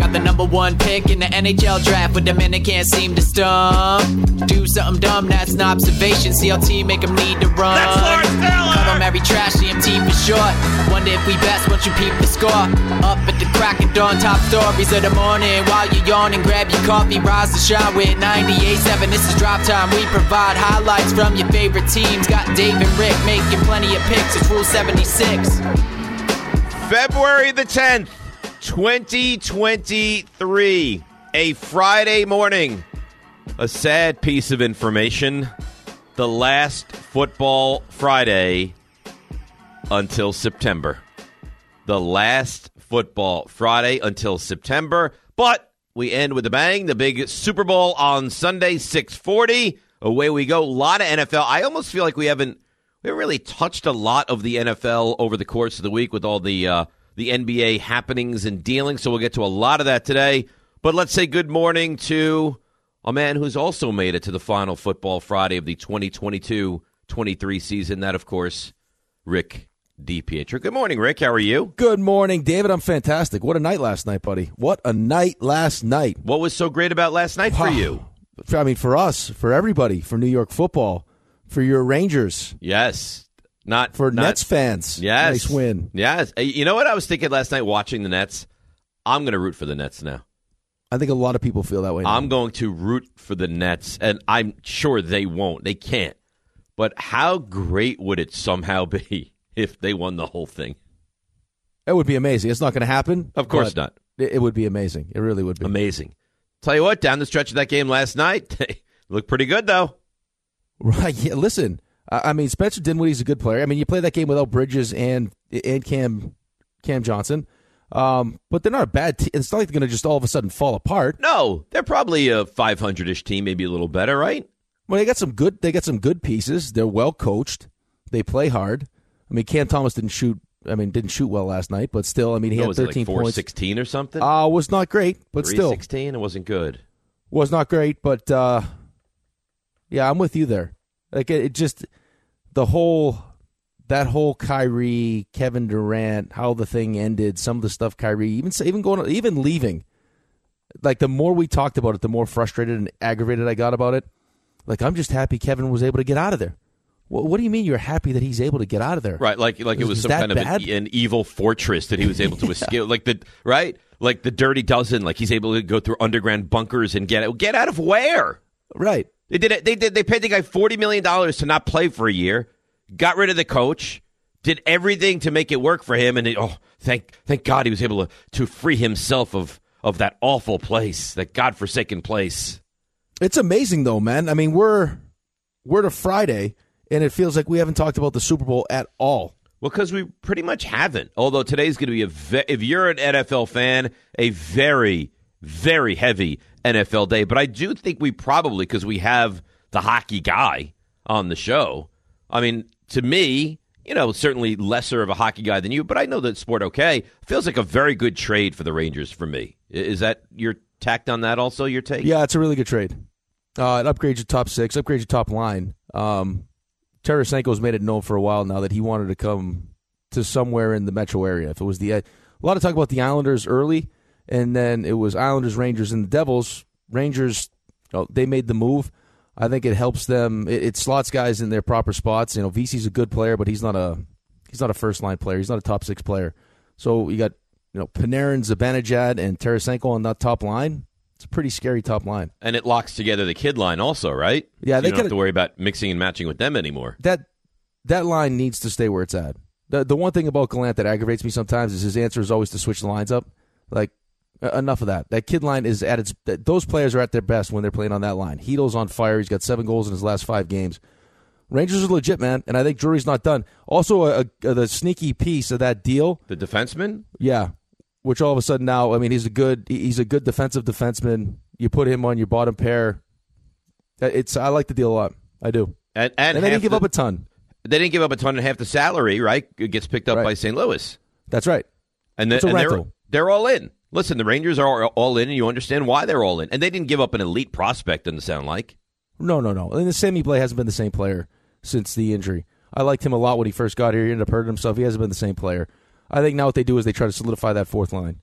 Got the number one pick in the NHL draft, but the minute can't seem to stump. Do something dumb, that's an observation. CLT make 'em need to run. That's Lawrence Taylor! every trash, CMT for short. Wonder if we best once you peep the score. Up at the crack of dawn, top stories of the morning. While you're yawning, grab your coffee, rise to shot with 98.7. This is drop time. We provide highlights from your favorite teams. Got Dave and Rick making plenty of picks. It's Rule 76. February the 10th, 2023, a Friday morning. A sad piece of information. The last football Friday until September. The last football Friday until September, but we end with a bang. The big Super Bowl on Sunday, 640. Away we go. A lot of NFL. I almost feel like we haven't we haven't really touched a lot of the NFL over the course of the week with all the uh, the NBA happenings and dealings. So we'll get to a lot of that today. But let's say good morning to a man who's also made it to the final football Friday of the 2022-23 season. That, of course, Rick DiPietro. Good morning, Rick. How are you? Good morning, David. I'm fantastic. What a night last night, buddy. What a night last night. What was so great about last night for you? For- I mean, for us, for everybody, for New York football, for your Rangers, Yes. Not for not, Nets fans. Yes. Nice win. Yes. Uh, You know what I was thinking last night watching the Nets? I'm going to root for the Nets now. I think a lot of people feel that way. now. I'm going to root for the Nets, and I'm sure they won't. They can't. But how great would it somehow be if they won the whole thing? It would be amazing. It's not going to happen. Of course but not. It it would be amazing. It really would be. Amazing. Tell you what, down the stretch of that game last night, they looked pretty good, though. Right. Yeah. Listen, I, I mean, Spencer Dinwiddie's a good player. I mean, you play that game without Bridges and and Cam Cam Johnson, um, but they're not a bad team. It's not like they're going to just all of a sudden fall apart. No, they're probably a 500 ish team, maybe a little better, right? Well, they got some good. They got some good pieces. They're well coached. They play hard. I mean, Cam Thomas didn't shoot. I mean, didn't shoot well last night, but still, I mean, he What had was it, thirteen like 4 points. 16 or something? Uh, was not great, but Three still sixteen. It wasn't good. was not great. But uh, yeah, I'm with you there. Like it, it just the whole that whole Kyrie, Kevin Durant, how the thing ended, some of the stuff Kyrie, even even going, even leaving. Like the more we talked about it, the more frustrated and aggravated I got about it. Like I'm just happy Kevin was able to get out of there. What, what do you mean you're happy that he's able to get out of there? Right, like like it Was- was was some that kind of bad? an, e, an evil fortress that he was able to escape. Like the right, like the Dirty Dozen. Like he's able to go through underground bunkers and get out. Get out of where? right. They did it. They did. They paid the guy forty million dollars to not play for a year. Got rid of the coach. Did everything to make it work for him. And it, oh, thank thank God he was able to to free himself of of that awful place, that godforsaken place. It's amazing though, man. I mean, we're we're to Friday, and it feels like we haven't talked about the Super Bowl at all. Well, because we pretty much haven't. Although today's going to be a ve- if you're an NFL fan, a very very heavy NFL day. But I do think we probably because we have the hockey guy on the show. I mean, to me, you know, certainly lesser of a hockey guy than you, but I know that sport okay feels like a very good trade for the Rangers for me. I- Is that your tact on that? Also, your take? Yeah, it's a really good trade. Uh, it upgrades your top six, upgrades your top line. Um, Tarasenko's made it known for a while now that he wanted to come to somewhere in the metro area. If it was the uh, a lot of talk about the Islanders early, and then it was Islanders, Rangers, and the Devils. Rangers, oh, they made the move. I think it helps them. It, it slots guys in their proper spots. You know, VC's a good player, but he's not a he's not a first line player. He's not a top six player. So you got you know Panarin, Zibanejad, and Tarasenko on that top line. It's a pretty scary top line. And it locks together the kid line also, right? Yeah, So they you don't have coulda- to worry about mixing and matching with them anymore. that that line needs to stay where it's at. The the one thing about Gallant that aggravates me sometimes is his answer is always to switch the lines up. Like e- enough of that. That kid line is at its. th- Those players are at their best when they're playing on that line. Hedo's on fire. He's got seven goals in his last five games. Rangers are legit, man, and I think Drury's not done. Also, a, a, the sneaky piece of that deal The defenseman? yeah, which all of a sudden now, I mean, he's a good he- he's a good defensive E, defenseman. You put him on your bottom pair. Uh, It's I like the deal a lot. I do. And, and, And they half didn't give the- up a ton. they didn't give up a ton and half the salary, right? It gets picked up Right. by St. Louis. That's right. And, the, a and they're, rental. they're all in. Listen, the Rangers are all in, and you understand why they're all in. And they didn't give up an elite prospect, doesn't sound like. No, no, no. And the Sammy Blay hasn't been the same player since the injury. I liked him a lot when he first got here. He ended up hurting himself. He hasn't been the same player. I think now what they do is they try to solidify that fourth line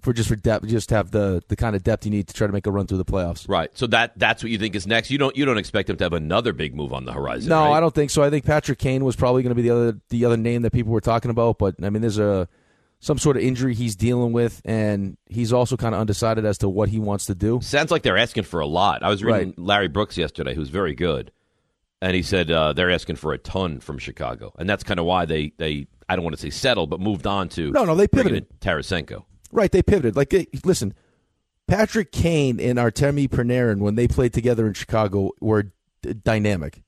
for just for depth, just have the the kind of depth you need to try to make a run through the playoffs. Right. So that that's what you think is next. You don't you don't expect them to have another big move on the horizon. No, right? I don't think so. I think Patrick Kane was probably going to be the other the other name that people were talking about, but I mean, there's a some sort of injury he's dealing with, and he's also kind of undecided as to what he wants to do. Sounds like they're asking for a lot. I was reading Right. Larry Brooks yesterday, who's very good, and he said uh, they're asking for a ton from Chicago, and that's kind of why they they I don't want to say settled, but moved on to No, no, they bringing pivoted. in Tarasenko. Right, they pivoted. Like, they, listen, Patrick Kane and Artemi Panarin, when they played together in Chicago, were d- dynamic.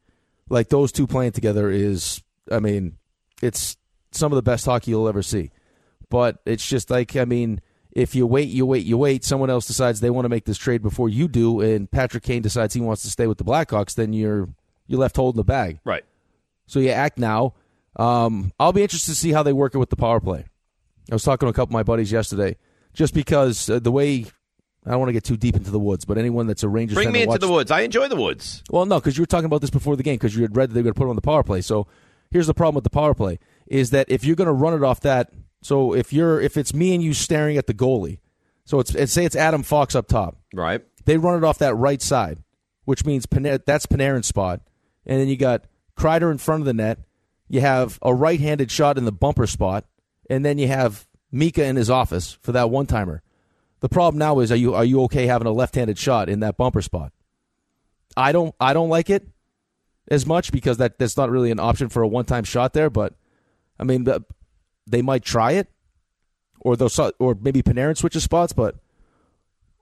Like those two playing together is, I mean, it's some of the best hockey you'll ever see. But it's just like, I mean, if you wait, you wait, you wait. Someone else decides they want to make this trade before you do, and Patrick Kane decides he wants to stay with the Blackhawks. Then you're you're left holding the bag. Right. So you act now. Um, I'll be interested to see how they work it with the power play. I was talking to a couple of my buddies yesterday, just because uh, the way I don't want to get too deep into the woods, but anyone that's a Rangers Bring fan me that into watched, the woods. I enjoy the woods. Well, no, because you were talking about this before the game because you had read that they were going to put it on the power play. So here's the problem with the power play is that if you're going to run it off that, so if you're if it's me and you staring at the goalie, so it's and say it's Adam Fox up top, Right. they run it off that right side, which means Paner- that's Panarin's spot. And then you got Kreider in front of the net. You have a right handed shot in the bumper spot. And then you have Mika in his office for that one timer. The problem now is are you are you okay having a left handed shot in that bumper spot? I don't I don't like it as much because that, that's not really an option for a one time shot there, but I mean the, they might try it. Or they'll so- or maybe Panarin switches spots, but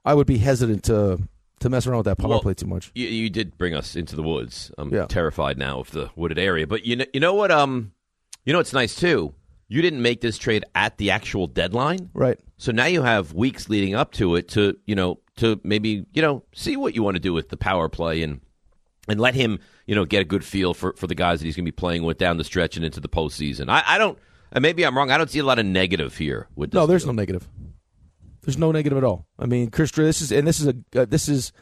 I would be hesitant to to mess around with that power Well, play too much. You, you did bring us into the woods. I'm Yeah. terrified now of the wooded area. But you know, you know what? Um, you know what's nice too. You didn't make this trade at the actual deadline, Right. so now you have weeks leading up to it to you know to maybe you know see what you want to do with the power play and and let him you know get a good feel for for the guys that he's going to be playing with down the stretch and into the postseason. I, I don't. And maybe I'm wrong. I don't see a lot of negative here with this. No, there's deal. no negative. There's no negative at all. I mean, Chris, Dre- this is and this is a uh, this is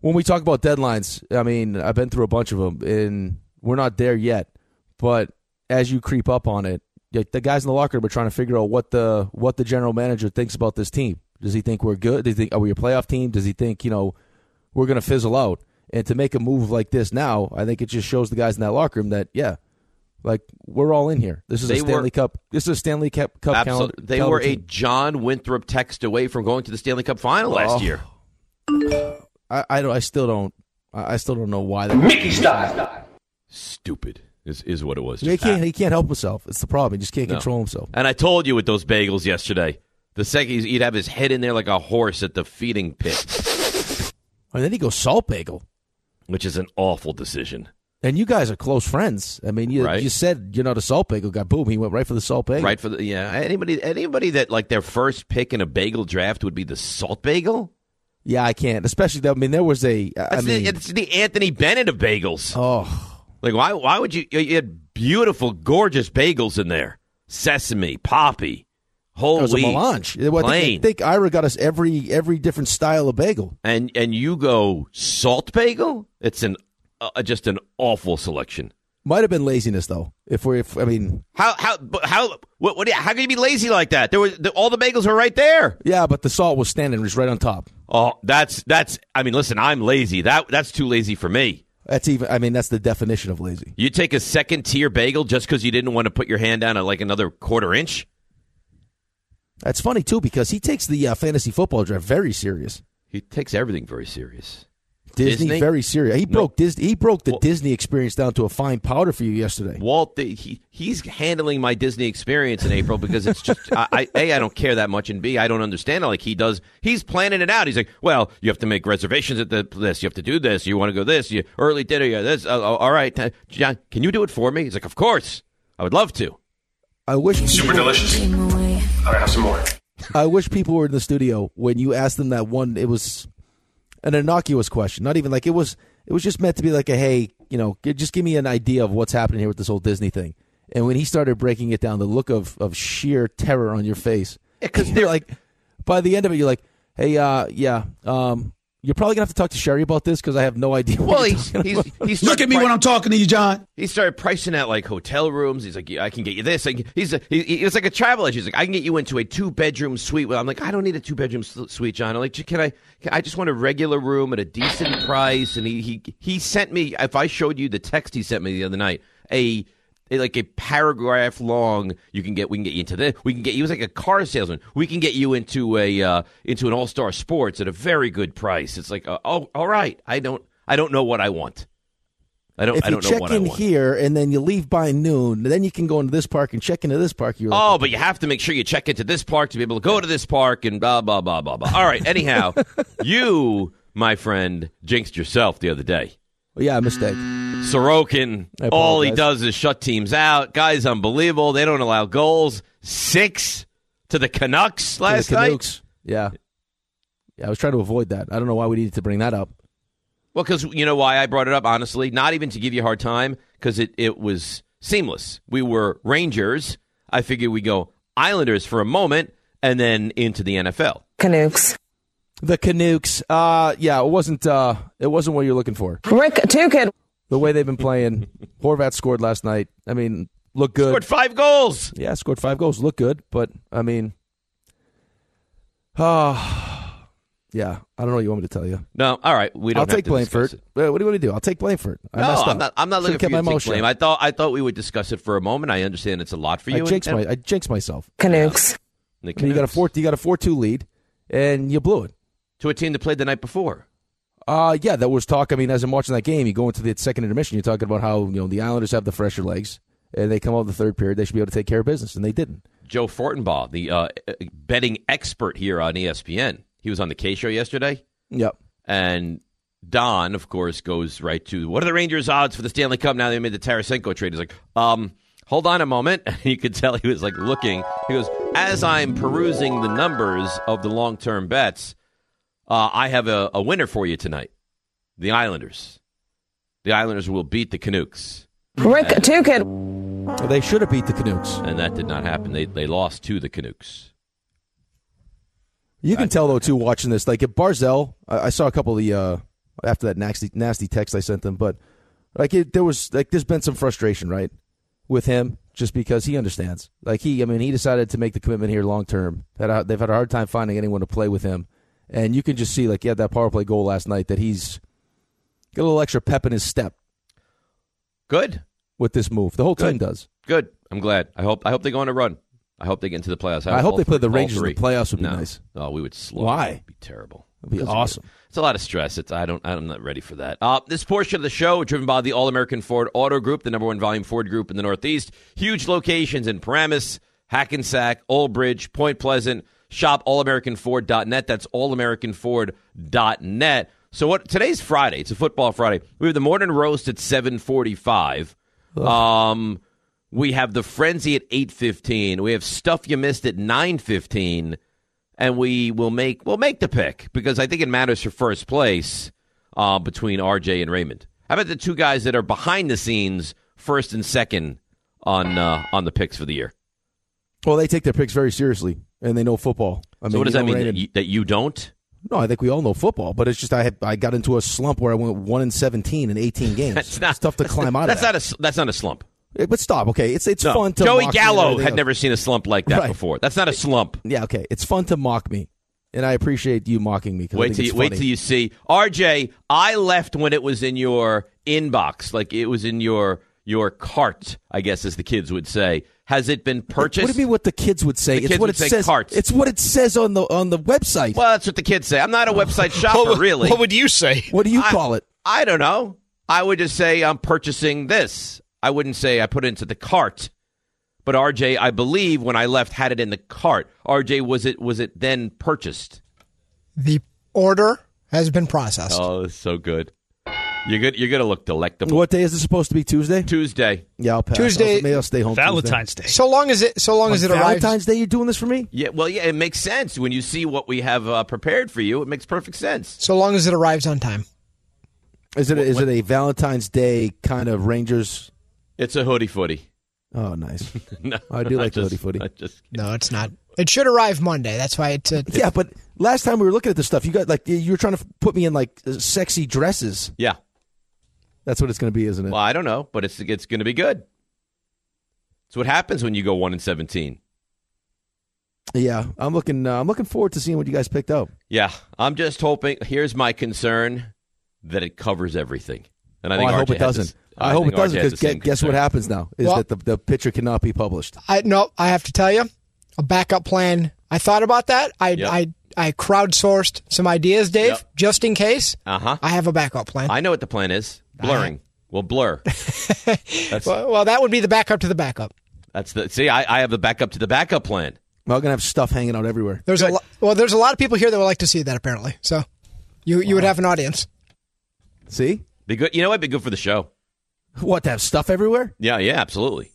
when we talk about deadlines. I mean, I've been through a bunch of them, and we're not there yet. But as you creep up on it, like, the guys in the locker room are trying to figure out what the what the general manager thinks about this team. Does he think we're good? Does he think are we a playoff team? Does he think you know we're going to fizzle out? And to make a move like this now, I think it just shows the guys in that locker room that yeah, like we're all in here. This is a They were- Stanley Cup. This is a Stanley Cup Cup Absolutely. calendar- They caliber were a team. John Winthrop text away from going to the Stanley Cup final last Oh. year. I, I don't. I still don't. I I still don't know why. That, Stupid is is what it was. he Just can't. that. He can't help himself. It's the problem. He just can't No. control himself. And I told you with those bagels yesterday. The second he's- he'd have his head in there like a horse at the feeding pit, And then he goes salt bagel. which is an awful decision. And you guys are close friends. I mean, you Right. you said you're not a salt bagel guy. Boom. He went right for the salt bagel. Right for the yeah. Anybody anybody that like their first pick in a bagel draft would be the salt bagel. Yeah, I can't. Especially. that- I mean, there was a. I That's mean, the, it's the Anthony Bennett of bagels. oh, Like why why would you? You had beautiful, gorgeous bagels in there. Sesame, poppy, whole it was wheat, a melange. It was- I plain. think, I think Ira got us every every different style of bagel. and and you go salt bagel. It's an uh, just an awful selection. Might have been laziness though. If we're if I mean, How how but how what, what do you- how can you be lazy like that? There was the, all the bagels were right there. yeah, but the salt was standing just right on top. Oh, that's that's. I mean, listen, I'm lazy. That that's too lazy for me. That's even. I mean, that's the definition of lazy. You take a second tier bagel just because you didn't want to put your hand down at like another quarter inch. That's funny too because he takes the uh, fantasy football draft very serious. He takes everything very serious. Disney, Disney? very serious. He broke Disney. He broke the Well- Disney experience down to a fine powder for you yesterday. Walt, the, he he's handling my Disney experience in April because it's just I, I a I don't care that much, and b I don't understand it like he does. He's planning it out. He's like, well, you have to make reservations at the this, you have to do this, you want to go this, you early dinner, yeah, this. Uh, all right, uh, John, can you do it for me? He's like, of course, I would love to. I wish. Super delicious. Came away. All right, have some more. I wish people were in the studio when you asked them that one. It was an innocuous question. Not even like it was. It was just meant to be like a hey, you know, g- just give me an idea of what's happening here with this whole Disney thing. And when he started breaking it down, the look of, of sheer terror on your face. Because they're like, by the end of it, you're like, hey, uh, yeah, um, you're probably gonna have to talk to Sherry about this because I have no idea. what Well, you're he's, talking he's, he's Look at me when I'm talking to you, John. He started pricing out like hotel rooms. He's like, yeah, I can get you this. I can- He's a, he, he- it's like a travel agent. He's like, I can get you into a two bedroom suite. Well, I'm like, I don't need a two bedroom suite, John. I'm like, "J- can I? Can, I just want a regular room at a decent price. And he, he he sent me. If I showed you the text he sent me the other night, a, a- like a paragraph long. You can get. We can get you into this. We can get. He was like a car salesman. We can get you into a uh, into an all star sports at a very good price. It's like, uh, oh, all right. I don't. I don't know what I want. I don't. if I you don't know check what I in want. here and then you leave by noon, then you can go into this park and check into this park. You're like, Oh, but you have to make sure you check into this park to be able to go to this park and blah blah blah blah blah. All right. Anyhow, you, my friend, jinxed yourself the other day. oh, yeah, mistake. Sorokin, I all he apologize. does is shut teams out. Guys, unbelievable. They don't allow goals. Six to the Canucks For the last night. Canucks. Yeah. Yeah, I was trying to avoid that. I don't know why we needed to bring that up. Well, because you know why I brought it up. Honestly, not even to give you a hard time, because it it was seamless. We were Rangers. I figured we go Islanders for a moment, and then into the NFL. Canucks. The Canucks. Uh yeah, it wasn't uh it wasn't what you're looking for. Rick Tukid The way they've been playing. Horvat scored last night. I mean, looked good. Scored five goals. Yeah, scored five goals, looked good, but I mean uh, yeah, I don't know what you want me to tell you. No, all right, we don't. I'll have take to blame for discuss it. Uh, What do you want me to do? I'll take blame for it. I No, messed I'm up. not. I'm not looking Should've kept for you my to take mouth shut. blame. I thought. I thought we would discuss it for a moment. I understand it's a lot for I you. jinxed and, my I jinxed myself. Canucks. and the I mean, you got a Canucks. four you got a four two lead and you blew it. to a team that played the night before. Uh, yeah, that was talk. I mean, as I'm watching that game, you go into the second intermission, you're talking about how you know the Islanders have the fresher legs, and they come out the third period, they should be able to take care of business, and they didn't. Joe Fortenbaugh, the uh, betting expert here on E ESPN, he was on the K show yesterday, Yep. and Don, of course, goes right to what are the Rangers' odds for the Stanley Cup now? They made the Tarasenko trade. He's like, um, hold on a moment. And you could tell he was like looking. He goes, as I'm perusing the numbers of the long-term bets, uh, I have a, a winner for you tonight. The Islanders. The Islanders will beat the Canucks, Rick Tukid. They should have beat the Canucks. and that did not happen. They they lost to the Canucks. You can tell though too watching this. Like if Barzell, I, I saw a couple of the uh, after that nasty nasty text I sent them, but like it, there was like there's been some frustration right with him just because he understands. Like he, I mean, he decided to make the commitment here long term. Had a- They've had a hard time finding anyone to play with him, and you can just see like yeah that power play goal last night that he's got a little extra pep in his step Good. with this move. The whole team Good. does. Good. I'm glad. I hope. I hope they go on a run. I hope they get into the playoffs. I hope all they play the all Rangers in the three. playoffs would be no. nice. Oh, we would slow. Why? It'd be terrible. It'd be awesome. It's a lot of stress. It's I don't. I'm not ready for that. Uh, this portion of the show driven by the All American Ford Auto Group, the number one volume Ford group in the Northeast. Huge locations in Paramus, Hackensack, Old Bridge, Point Pleasant. Shop allamericanford.net. That's allamericanford.net. So what? Today's Friday. It's a football Friday. We have the morning roast at 7:45. Um, we have the frenzy at 8:15. We have stuff you missed at 9:15 and we will make we'll make the pick because I think it matters for first place uh, between RJ and Raymond. How about the two guys that are behind the scenes, first and second on uh, on the picks for the year? Well, they take their picks very seriously, and they know football. I so what does you that know, mean Raymond- that you, that you don't? No, I think we all know football, but it's just I had, I got into a slump where I went one and seventeen in eighteen games. That's not it's tough to that's- climb out That's of. not a s- that's not a slump. that. But stop, okay? It's it's No. fun to Joey mock me and Gallo everything had else. never seen a slump like that Right. before. That's not a slump. Yeah, okay. It's fun to mock me, and I appreciate you mocking me. 'cause I Wait think till it's you, wait funny. till you see RJ. I left when it was in your inbox, like it was in your your cart. I guess as the kids would say. Has it been purchased? What do you mean? What the kids would say? The it's kids what would it say says. carts. It's what it says on the on the website. Well, that's what the kids say. I'm not a website shopper, really. What would you say? What do you I- call it? I don't know. I would just say I'm purchasing this. I wouldn't say I put it into the cart. But RJ, I believe when I left, had it in the cart. RJ, was it was it then purchased? The order has been processed. Oh, that's so good. You're good. You're gonna look delectable. What day is this supposed to be? Tuesday. Tuesday? Yeah, I'll pass. Tuesday- I'll, maybe I'll stay home. Tuesday. Valentine's Day. So long as it, so long as it arrives. Valentine's Day. You're doing this for me? Yeah. Well, yeah. It makes sense when you see what we have uh, prepared for you. It makes perfect sense. So long as it arrives on time. Is it a, is it a Valentine's Day kind of Rangers? It's a hoodie footy. Oh, nice. No, I do like the just- hoodie footy. I just- No, it's not. It should arrive Monday. That's why it's a. yeah, but last time we were looking at this stuff, you got like you were trying to put me in like uh, sexy dresses. yeah. That's what it's going to be, isn't it? Well, I don't know, but it's it's going to be good. It's what happens when you go one and seventeen. Yeah, I'm looking. Uh, I'm looking forward to seeing what you guys picked up. Yeah, I'm just hoping. Here's my concern that it covers everything, and I think Oh, I hope Archie it has this- doesn't. I, hope think it doesn't Archie has because the guess, same what concern. happy happens now is Well- that the, the picture cannot be published. I no. I have to tell you, a backup plan. I thought about that. I Yep. I I crowdsourced some ideas, Dave, Yep. just in case. Uh-huh. I have a backup plan. I know what the plan is. Blurring. We'll blur. That's well, well, that would be the backup to the backup. that's the see. I, I have the backup to the backup plan. We're gonna have stuff hanging out everywhere. There's a lo- well, there's a lot of people here that would like to see that apparently. So, you you would have an audience. See Be good. You know, it'd be good for the show. what? To have stuff everywhere? Yeah, yeah, absolutely.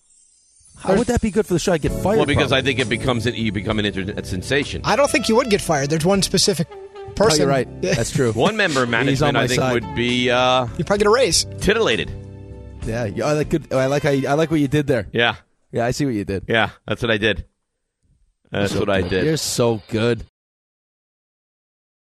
How would that be good for the show? I get fired. Well, because probably. I think it becomes an you become an internet sensation. I don't think you would get fired. There's one specific person. Oh, you're right. That's true. One member of He's management, on my I think, side. would be uh, You probably get a raise. titillated. Yeah, yeah, I like. Good, I like how. You, I like what you did there. Yeah, Yeah, I see what you did. yeah, that's what I did. That's So what I good. did. You're so good.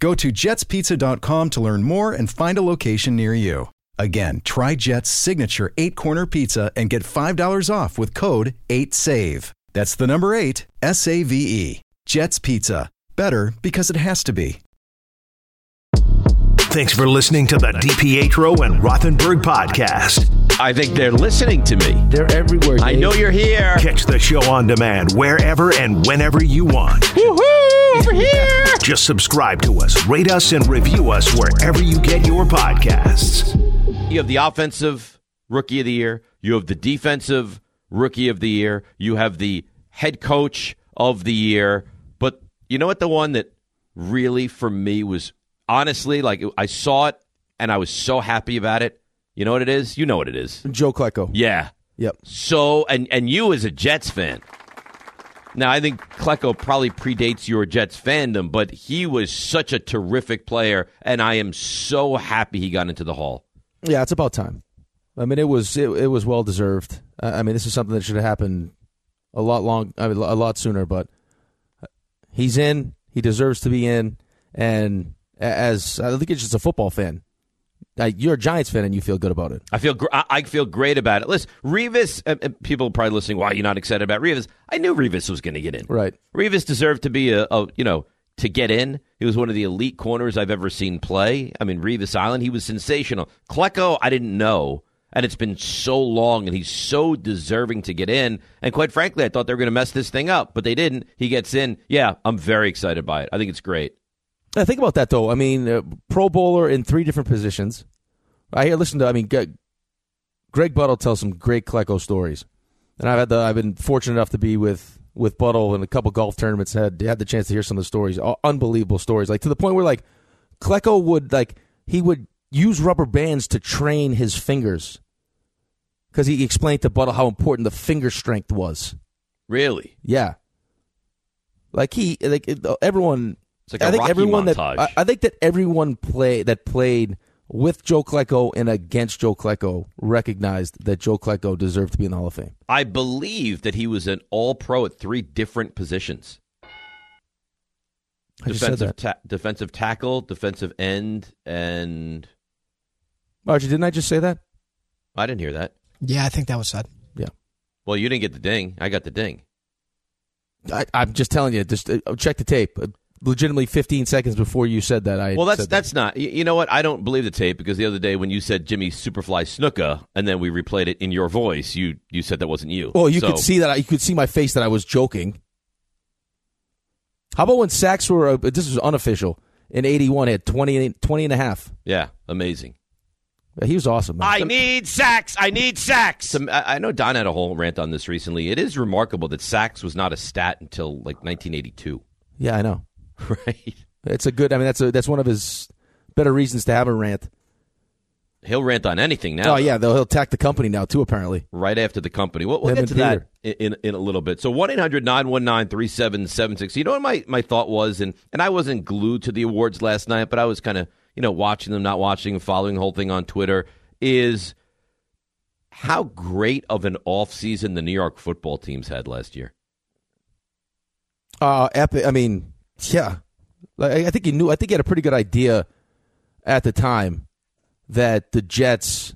Go to jetspizza.com to learn more and find a location near you. Again, try Jet's signature eight corner pizza and get $5 off with code 8SAVE. That's the number eight, S A V E. Jet's Pizza. Better because it has to be. Thanks for listening to the DPetro and Rothenberg podcast. I think they're listening to me. They're everywhere. I Dave. know you're here. Catch the show on demand wherever and whenever you want. Woohoo! Over here. Just subscribe to us, rate us, and review us wherever you get your podcasts. You have the offensive rookie of the year. You have the defensive rookie of the year. You have the head coach of the year. But you know what? The one that really for me was honestly like I saw it and I was so happy about it. You know what it is? You know what it is. Joe Klecko. Yeah. Yep. So and and you as a Jets fan. Now I think Klecko probably predates your Jets fandom, but he was such a terrific player, and I am so happy he got into the Hall. Yeah, it's about time. I mean, it was it, it was well deserved. I, I mean, this is something that should have happened a lot long, I mean, a lot sooner. But he's in. He deserves to be in. And a- as I think it's just a football fan. Like, you're a Giants fan and you feel good about it. I feel gr- I, I feel great about it. Listen, Revis, uh, uh, people are probably listening. Why are you not excited about Revis? I knew Revis was going to get in. Right. Revis deserved to be a, a you know to get in. He was one of the elite corners I've ever seen play. I mean, Revis Island, he was sensational. Klecko, I didn't know, and it's been so long, and he's so deserving to get in. And quite frankly, I thought they were going to mess this thing up, but they didn't. He gets in. Yeah, I'm very excited by it. I think it's great. Now, think about that though. I mean, uh, Pro Bowler in three different positions. I hear. Listen to. I mean, Greg, Greg Buttle tells some great Klecko stories, and I've had the. I've been fortunate enough to be with with Buttle in a couple golf tournaments. Had had the chance to hear some of the stories. All, unbelievable stories. Like to the point where like Klecko would like he would use rubber bands to train his fingers because he explained to Buttle how important the finger strength was. Really, Yeah. Like he, like it- uh, everyone. It's like a Rocky everyone montage. that I, I think that everyone play that played with Joe Klecko and against Joe Klecko recognized that Joe Klecko deserved to be in the Hall of Fame. I believe that he was an All Pro at three different positions. I just said defensive that. ta- defensive tackle, defensive end, and Archie, didn't I just say that? I didn't hear that. Yeah, I think that was said. Yeah. Well, you didn't get the ding. I got the ding. I, I'm just telling you. Just uh, check the tape. Uh, legitimately, 15 seconds before you said that, I Well, that's said that. that's not. y- You know what? I don't believe the tape because the other day when you said Jimmy Superfly Snuka and then we replayed it in your voice, you you said that wasn't you. Well, you So- could see that. I- You could see my face that I was joking. How about when sacks were, uh, this was unofficial, in 81, had 20, 20 and a half. Yeah, amazing. He was awesome. man. need sacks. I need sacks. I I know Don had a whole rant on this recently. It is remarkable that sacks was not a stat until like 1982, yeah, I know. right? It's a good, I mean, that's a, that's one of his better reasons to have a rant. He'll rant on anything now. Oh, yeah, though he'll attack the company now, too, apparently. right after the company. We'll, we'll Him get and to that in, in, in a little bit. So 1 800 919 3776. You know what my, my thought was? And, and I wasn't glued to the awards last night, but I was kind of, you know, watching them, not watching them, following the whole thing on Twitter. Is how great of an offseason the New York football teams had last year. Uh, epic. I mean, yeah. Like, I I think he knew. I think he had a pretty good idea at the time that the Jets,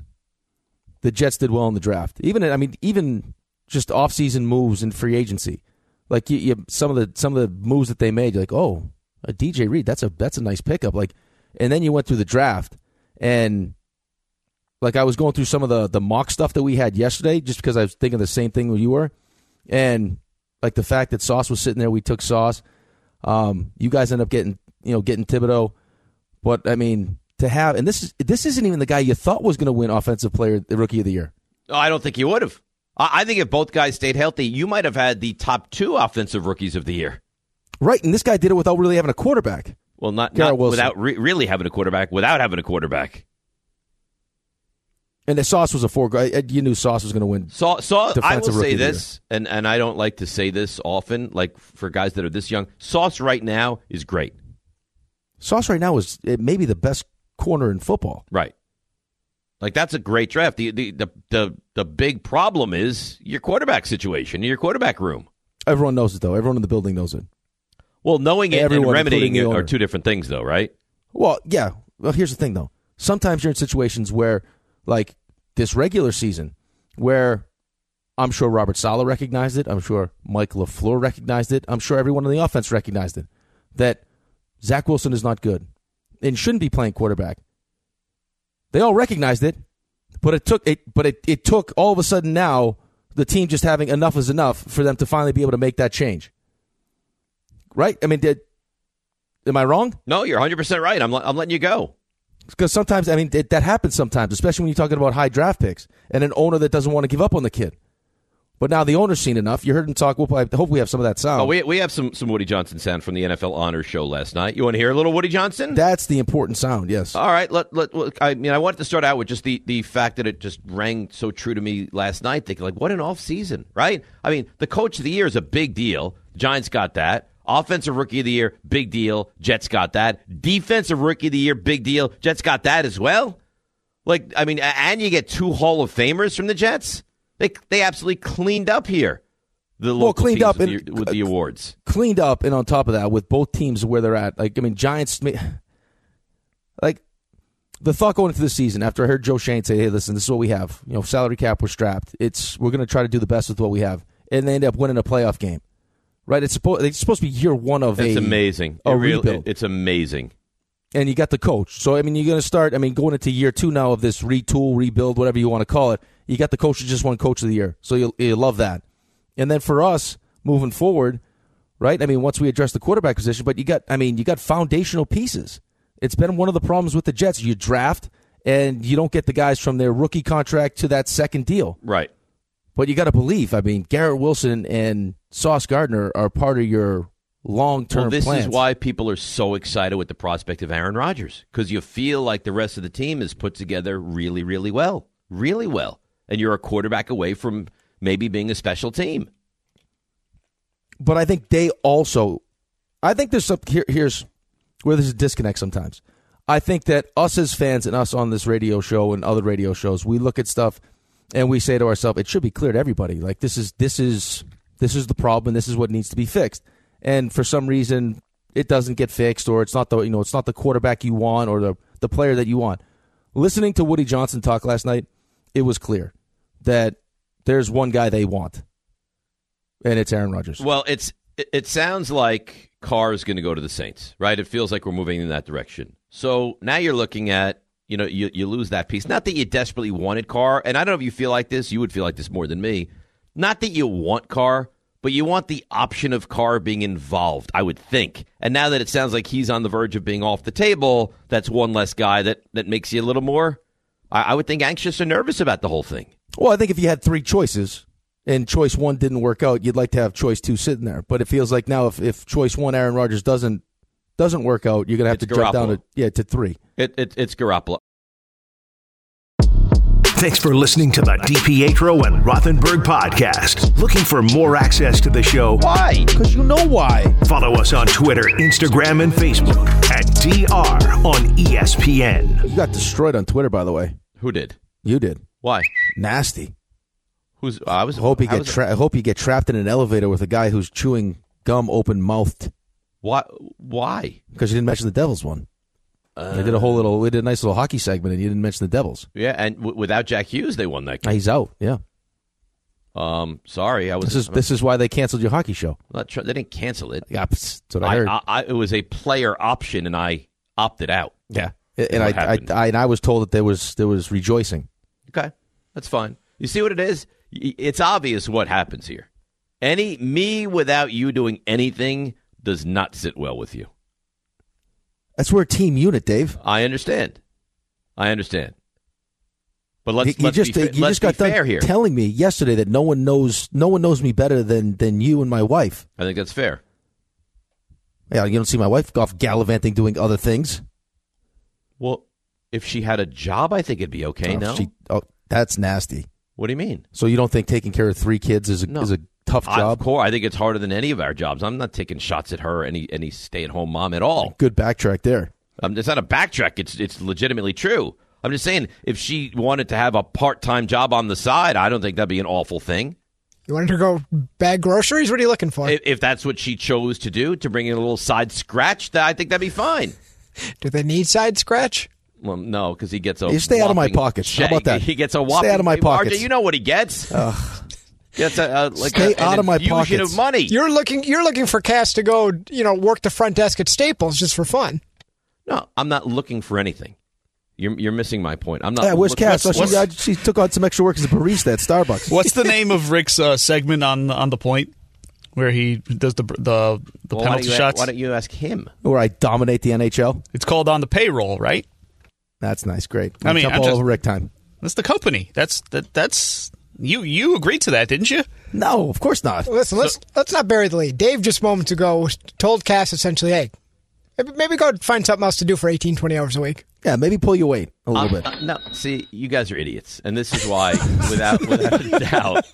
the Jets did well in the draft. Even I mean, even just offseason moves and free agency, like you, you, some of the some of the moves that they made. You're like, oh, a DJ Reed. That's a that's a nice pickup. Like, and then you went through the draft and. Like I was going through some of the the mock stuff that we had yesterday, just because I was thinking the same thing you were, and like the fact that Sauce was sitting there, we took Sauce. Um, you guys end up getting you know getting Thibodeau, but I mean to have and this is this isn't even the guy you thought was going to win Offensive Player the Rookie of the Year. Oh, I don't think you would have. I, I think if both guys stayed healthy, you might have had the top two offensive rookies of the year. Right, and this guy did it without really having a quarterback. Well, not, Garrett not Wilson. without re- really having a quarterback, without having a quarterback. And the Sauce was a four guy. You knew Sauce was going to win. Saw, saw I will Defensive rookie say of the this, and, and I don't like to say this often, like for guys that are this young. Sauce right now is great. Sauce right now is eh, maybe the best corner in football. Right. Like that's a great draft. The the the the, the big problem is your quarterback situation, your quarterback room. Everyone knows it though. Everyone in the building knows it. Well, knowing it Everyone, and remedying including the it are owner. two different things though, right? Well, yeah. Well, here's the thing though. Sometimes you're in situations where, like this regular season, where I'm sure Robert Sala recognized it. I'm sure Mike LaFleur recognized it. I'm sure everyone in the offense recognized it. That Zach Wilson is not good and shouldn't be playing quarterback. They all recognized it, but it took it but it, it took all of a sudden now the team just having enough is enough for them to finally be able to make that change. Right? I mean, did am I wrong? No, you're 100% right. I'm le- I'm letting you go. because sometimes I mean it, that happens sometimes, especially when you're talking about high draft picks and an owner that doesn't want to give up on the kid. But now the owner's seen enough. You heard him talk. We'll probably, hope we have some of that sound. Oh, we we have some some Woody Johnson sound from the NFL Honors show last night. You want to hear a little Woody Johnson? That's the important sound. Yes. All right, let, let, look, I mean, I wanted to start out with just the, the fact that it just rang so true to me last night. Thinking like, what an off season, right? I mean, the coach of the year is a big deal. Giants got that. Offensive rookie of the year, big deal. Jets got that. Defensive rookie of the year, big deal. Jets got that as well. Like, I mean, a- and you get two Hall of Famers from the Jets. They they absolutely cleaned up here. The local cleaned teams up with, and- uh, the, with the awards. Cleaned up, and on top of that, with both teams where they're at. Like I mean, Giants. ma- Like the thought going into the season after I heard Joe Shane say, "Hey, listen, this is what we have. You know, salary cap, we're strapped. It's we're going to try to do the best with what we have," and they end up winning a playoff game. Right? It's supposed it's supposed to be year one of It's a amazing. a It real- rebuild. it's amazing. and you got the coach. So I mean, you're going to start. I mean, going into year two now of this retool, rebuild, whatever you want to call it. You got the coach who just won coach of the year, so you you love that. And then for us moving forward, right? I mean, once we address the quarterback position, but you got, I mean, you got foundational pieces. It's been one of the problems with the Jets. You draft and you don't get the guys from their rookie contract to that second deal. Right. But you got to believe. I mean, Garrett Wilson and Sauce Gardner are part of your long term. Well, this plans. is why people are so excited with the prospect of Aaron Rodgers because you feel like the rest of the team is put together really, really well, really well, and you're a quarterback away from maybe being a special team. but I think they also, I think there's some here, here's where there's a disconnect sometimes. I think that us as fans and us on this radio show and other radio shows, we look at stuff and we say to ourselves, it should be clear to everybody. Like this is this is this is the problem. This is what needs to be fixed. And for some reason, it doesn't get fixed, or it's not the you know it's not the quarterback you want or the the player that you want. Listening to Woody Johnson talk last night, it was clear that There's one guy they want, and it's Aaron Rodgers. Well, it's it- it sounds like Carr is going to go to the Saints, right? It feels like we're moving in that direction. So now you're looking at you know you you lose that piece. Not that you desperately wanted Carr, and I don't know if you feel like this. You would feel like this more than me. Not that you want Carr, but you want the option of Carr being involved. I would think. And now that it sounds like he's on the verge of being off the table, that's one less guy that that makes you a little more. I, I would think anxious or nervous about the whole thing. Well, I think if you had three choices and choice one didn't work out, you'd like to have choice two sitting there. But it feels like now if, if choice one Aaron Rodgers doesn't doesn't work out, you're gonna have It's to jump down Garoppolo. to yeah to three. It, it it's Garoppolo. Thanks for listening to the DPetro and Rothenberg podcast. Looking for more access to the show? Why? Because you know why. Follow us on Twitter, Instagram, and Facebook at DR on E ESPN. You got destroyed on Twitter, by the way. Who did? You did. Why? Nasty. Who's I was Hope you I get was- tra- hope you get trapped in an elevator with a guy who's chewing gum open mouthed Why? Why? because you didn't mention the Devils one. they did a whole little. We did a nice little hockey segment, and you didn't mention the Devils. Yeah, and w- without Jack Hughes, they won that Now game. He's out. Yeah. Um, sorry, I was. This is this is why they canceled your hockey show. I'm not sure- they didn't cancel it. Yeah, pss, that's what I I, heard. I, I, it was a player option, and I opted out. Yeah, and I, what I, happened. I and I was told that there was there was rejoicing. Okay, that's fine. You see what it is? Y- It's obvious what happens here. Any me without you doing anything does not sit well with you. That's where team unit, Dave. I understand. I understand. But let's you you let's just be, fa- you let's just got be fair done here. telling me yesterday that no one knows no one knows me better than than you and my wife. I think that's fair. Yeah, you don't see my wife off gallivanting doing other things. Well, if she had a job, I think it'd be okay. Oh, no, she- oh, that's nasty. what do you mean? So you don't think taking care of three kids is a No. is a tough I- Of job? course, I think it's harder than any of our jobs. I'm not taking shots at her, or any any stay at home mom at all. Good backtrack there. Um, it's not a backtrack. It's it's legitimately true. I'm just saying, if she wanted to have a part time job on the side, I don't think that'd be an awful thing. You wanted to go bag groceries? What are you looking for? If, if that's what she chose to do, to bring in a little side scratch, that I think that'd be fine. Do they need side scratch? Well, no, because he gets a You stay out of my whopping pockets. How check. about that? He gets a Stay whopping. out of my RJ, pockets. you know what he gets? He gets a, a, like Stay a- an out of my infusion pockets. of money. You're looking. You're looking for Cass to go. You know, work the front desk at Staples just for fun. no, I'm not looking for anything. You're, you're missing my point. I'm not. Yeah, where's looking- Cass? So Uh, What's- she, I- she took on some extra work as a barista at Starbucks. What's the name of Rick's uh, segment on on the point where he does the the, the Well, why don't penalty you a- shots? Why don't you ask him? Where I dominate the NHL. It's called on the payroll, right? That's nice. Great. I mean, jump I'm all just- over Rick time. That's the company. That's that that's you you agreed to that, didn't you? No, of course not. Listen, let's let's not bury the lead. Dave just moments ago told Cass essentially, "Hey, maybe- maybe go find something else to do for 18, 20 hours a week." Yeah, maybe pull your weight a little bit. Uh, no, see, you guys are idiots, and this is why, without without a doubt,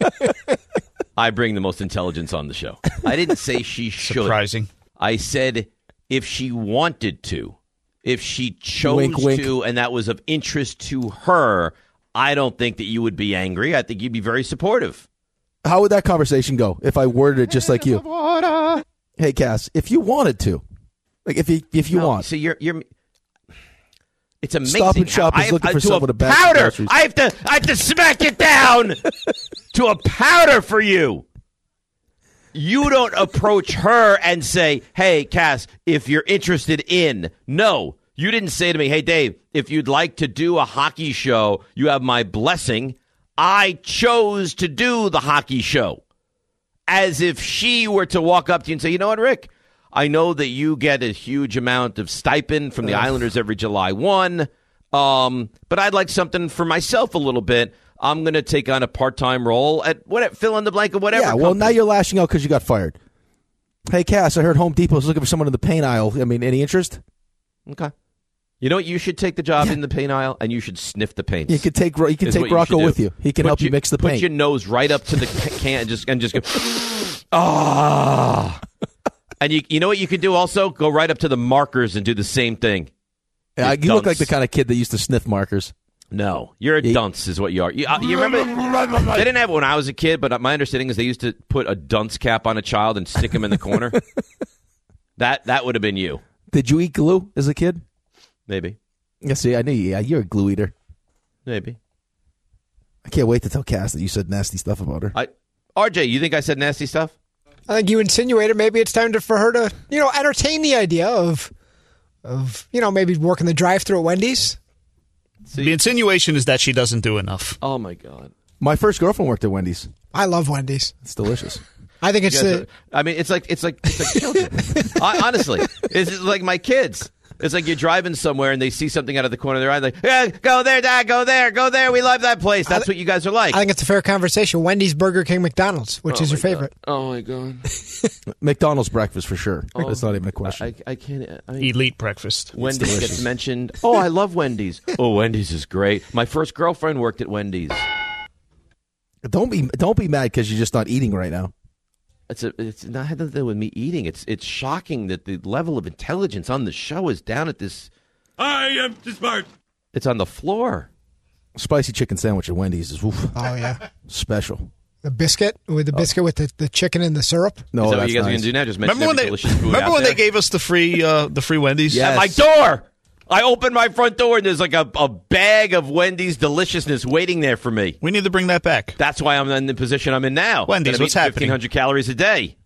I bring the most intelligence on the show. I didn't say she should. Surprising. I said if she wanted to, if she chose Wink, wink. to, and that was of interest to her. I don't think that you would be angry. I think you'd be very supportive. How would that conversation go if I worded it just like you? Hey, Cass, if you wanted to, like if you if you No, want, So you're you're. It's amazing. Stop and Shop how I is have- looking I- for to someone a to bag powder. groceries. I have to I have to smack it down to a powder for you. You don't approach her and say, "Hey, Cass, if you're interested in." No, you didn't say to me, "Hey, Dave, if you'd like to do a hockey show, you have my blessing." I chose to do the hockey show as if she were to walk up to you and say, "You know what, Rick? I know that you get a huge amount of stipend from the Islanders every July one, um, but I'd like something for myself a little bit. I'm going to take on a part time role at what fill in the blank of whatever. yeah. Well, now company." you're lashing out because you got fired. Hey, Cass, I heard Home Depot's looking for someone in the paint aisle. I mean, any interest? okay. You know what? You should take the job in the paint aisle, and you should sniff the paint. You could take Ro- you can take Rocco with you. He can help you mix the put paint. your nose right up to the ca- can and just and just go. Ah. And you, you know what you could do also? Go right up to the markers and do the same thing. Yeah, you look dunce. like the kind of kid that used to sniff markers. No, you're a dunce, is what you are. You, uh, you remember they didn't have it when I was a kid, but uh, my understanding is they used to put a dunce cap on a child and stick him in the corner. that that would have been you, Did you eat glue as a kid? maybe, Yeah, see, I knew you. Yeah, you're a glue eater. maybe. I can't wait to tell Cass that you said nasty stuff about her. I, RJ, you think I said nasty stuff? I think you insinuated maybe it's time to, for her to, you know, entertain the idea of, of you know, maybe working the drive-through at Wendy's. The insinuation is that she doesn't do enough. Oh my god! My first girlfriend worked at Wendy's. I love Wendy's. It's delicious. I think it's You guys the, are- I mean, it's like it's like it's like children. I, honestly, it's just like my kids. It's like you're driving somewhere and they see something out of the corner of their eye, like, yeah, go there, Dad, go there, go there. We love that place. That's what you guys are like. I think it's a fair conversation. Wendy's, Burger King, McDonald's, which is your favorite? oh my god! McDonald's breakfast for sure. That's not even a question. I, I can't. I, Elite breakfast. Wendy's gets mentioned. Oh, I love Wendy's. Oh, Wendy's is great. My first girlfriend worked at Wendy's. don't be don't be mad because you're just not eating right now. It's a, it's not had nothing to do with me eating. It's it's shocking that the level of intelligence on the show is down at this. I am too smart. It's on the floor. Spicy chicken sandwich at Wendy's is oof, Oh yeah, special. the biscuit with Oh. the biscuit with the, the chicken and the syrup. No, is that what Oh, that's you guys are nice. gonna do now? Just mention Remember when every they delicious food remember out when there? they gave us the free uh, the free Wendy's? at my door. I opened my front door and there's like a, a bag of Wendy's deliciousness waiting there for me. We need to bring that back. That's why I'm in the position I'm in now. Wendy's, That I'm what's eating happening? 1,500 calories a day.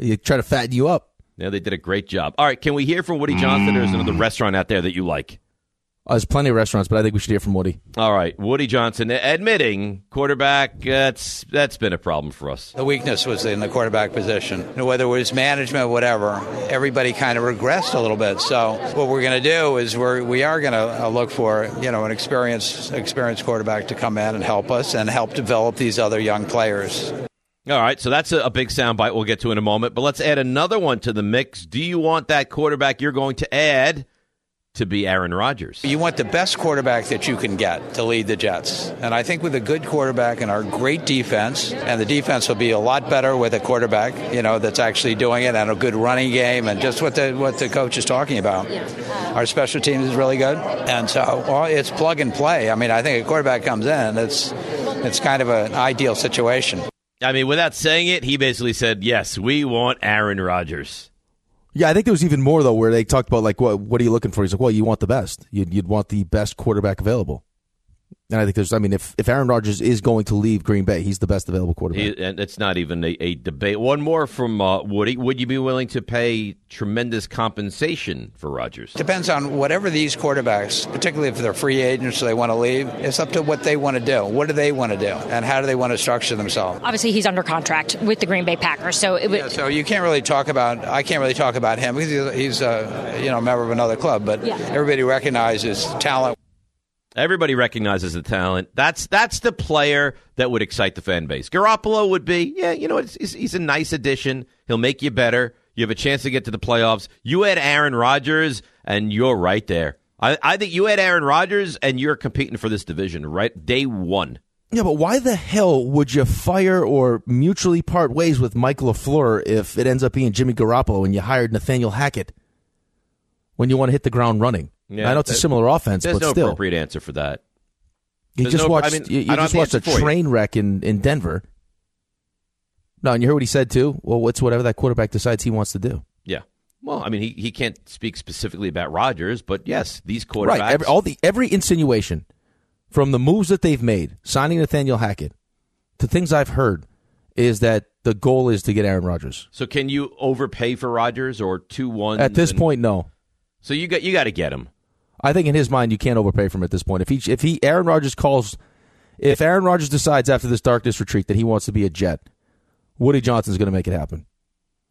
You try to fatten you up. Yeah, they did a great job. All right, can we hear from Woody Johnson or is there another restaurant out there that you like? Uh, there's plenty of restaurants, but I think we should hear from Woody. All right, Woody Johnson admitting quarterback. uh, That's that's been a problem for us. The weakness was in the quarterback position. And Whether it was management, whatever, everybody kind of regressed a little bit. So what we're going to do is we're, we are going to uh, look for you know an experienced experienced quarterback to come in and help us and help develop these other young players. All right, so that's a, a big soundbite we'll get to in a moment. But let's add another one to the mix. Do you want that quarterback you're going to add to be Aaron Rodgers? You want the best quarterback that you can get to lead the Jets. And I think with a good quarterback and our great defense, and the defense will be a lot better with a quarterback, you know, that's actually doing it and a good running game and just what the what the coach is talking about. Our special teams is really good. And so well, it's plug and play. I mean, I think a quarterback comes in, it's it's kind of an ideal situation. I mean, without saying it, he basically said, "Yes, we want Aaron Rodgers." Yeah, I think there was even more though, where they talked about like, what what are you looking for? He's like, well, you want the best. You'd, you'd want the best quarterback available. And I think there's, I mean, if if Aaron Rodgers is going to leave Green Bay, he's the best available quarterback. He, and it's not even a, a debate. One more from uh, Woody: Would you be willing to pay tremendous compensation for Rodgers? Depends on whatever these quarterbacks, particularly if they're free agents or they want to leave, it's up to what they want to do. What do they want to do? And how do they want to structure themselves? Obviously, he's under contract with the Green Bay Packers, so it would. Yeah, so you can't really talk about I can't really talk about him because he's- he's a you know a member of another club, but Yeah. everybody recognizes talent. Everybody recognizes the talent. That's that's the player that would excite the fan base. Garoppolo would be, yeah, you know, it's, he's, he's a nice addition. He'll make you better. You have a chance to get to the playoffs. You add Aaron Rodgers, and you're right there. I, I think you add Aaron Rodgers, and you're competing for this division right day one. Yeah, but why the hell would you fire or mutually part ways with Mike LaFleur if it ends up being Jimmy Garoppolo and you hired Nathaniel Hackett when you want to hit the ground running? Yeah, I know it's a that- similar offense, There's but no still. appropriate answer for that. You There's just no- I watched. mean, you I you don't have just the watched a answer for you. train wreck in, in Denver. No, and you heard what he said too. Well, it's whatever that quarterback decides he wants to do. Yeah. Well, I mean, he, he can't speak specifically about Rodgers, but yes, these quarterbacks. Right. Every, all the every insinuation from the moves that they've made, signing Nathaniel Hackett, to things I've heard, is that the goal is to get Aaron Rodgers. so can you overpay for Rodgers or two one At this point, no. So you got you got to get him. I think in his mind you can't overpay for him at this point. If he if he Aaron Rodgers calls, if Aaron Rodgers decides after this darkness retreat that he wants to be a Jet, Woody Johnson's going to make it happen.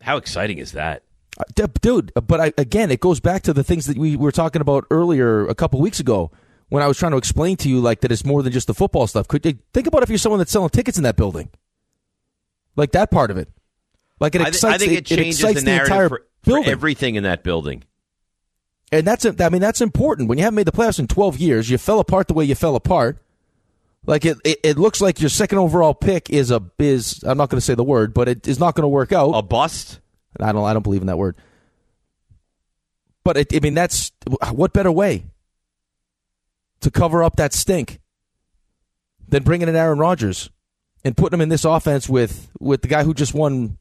How exciting is that? Uh, d- dude but I, again it goes back to the things that we were talking about earlier a couple weeks ago when i was trying to explain to you like that it's more than just the football stuff could you think about if you're someone that's selling tickets in that building like that part of it like it I, thi- excites I think the, it changes excites the narrative entire for, for building everything in that building. and that's I mean that's important when you haven't made the playoffs in 12 years you fell apart the way you fell apart like it, it, it looks like your second overall pick is a is I'm not going to say the word but it is not going to work out A bust. I don't. I don't believe in that word. But it, I mean, that's what better way to cover up that stink than bringing in Aaron Rodgers and putting him in this offense with with the guy who just won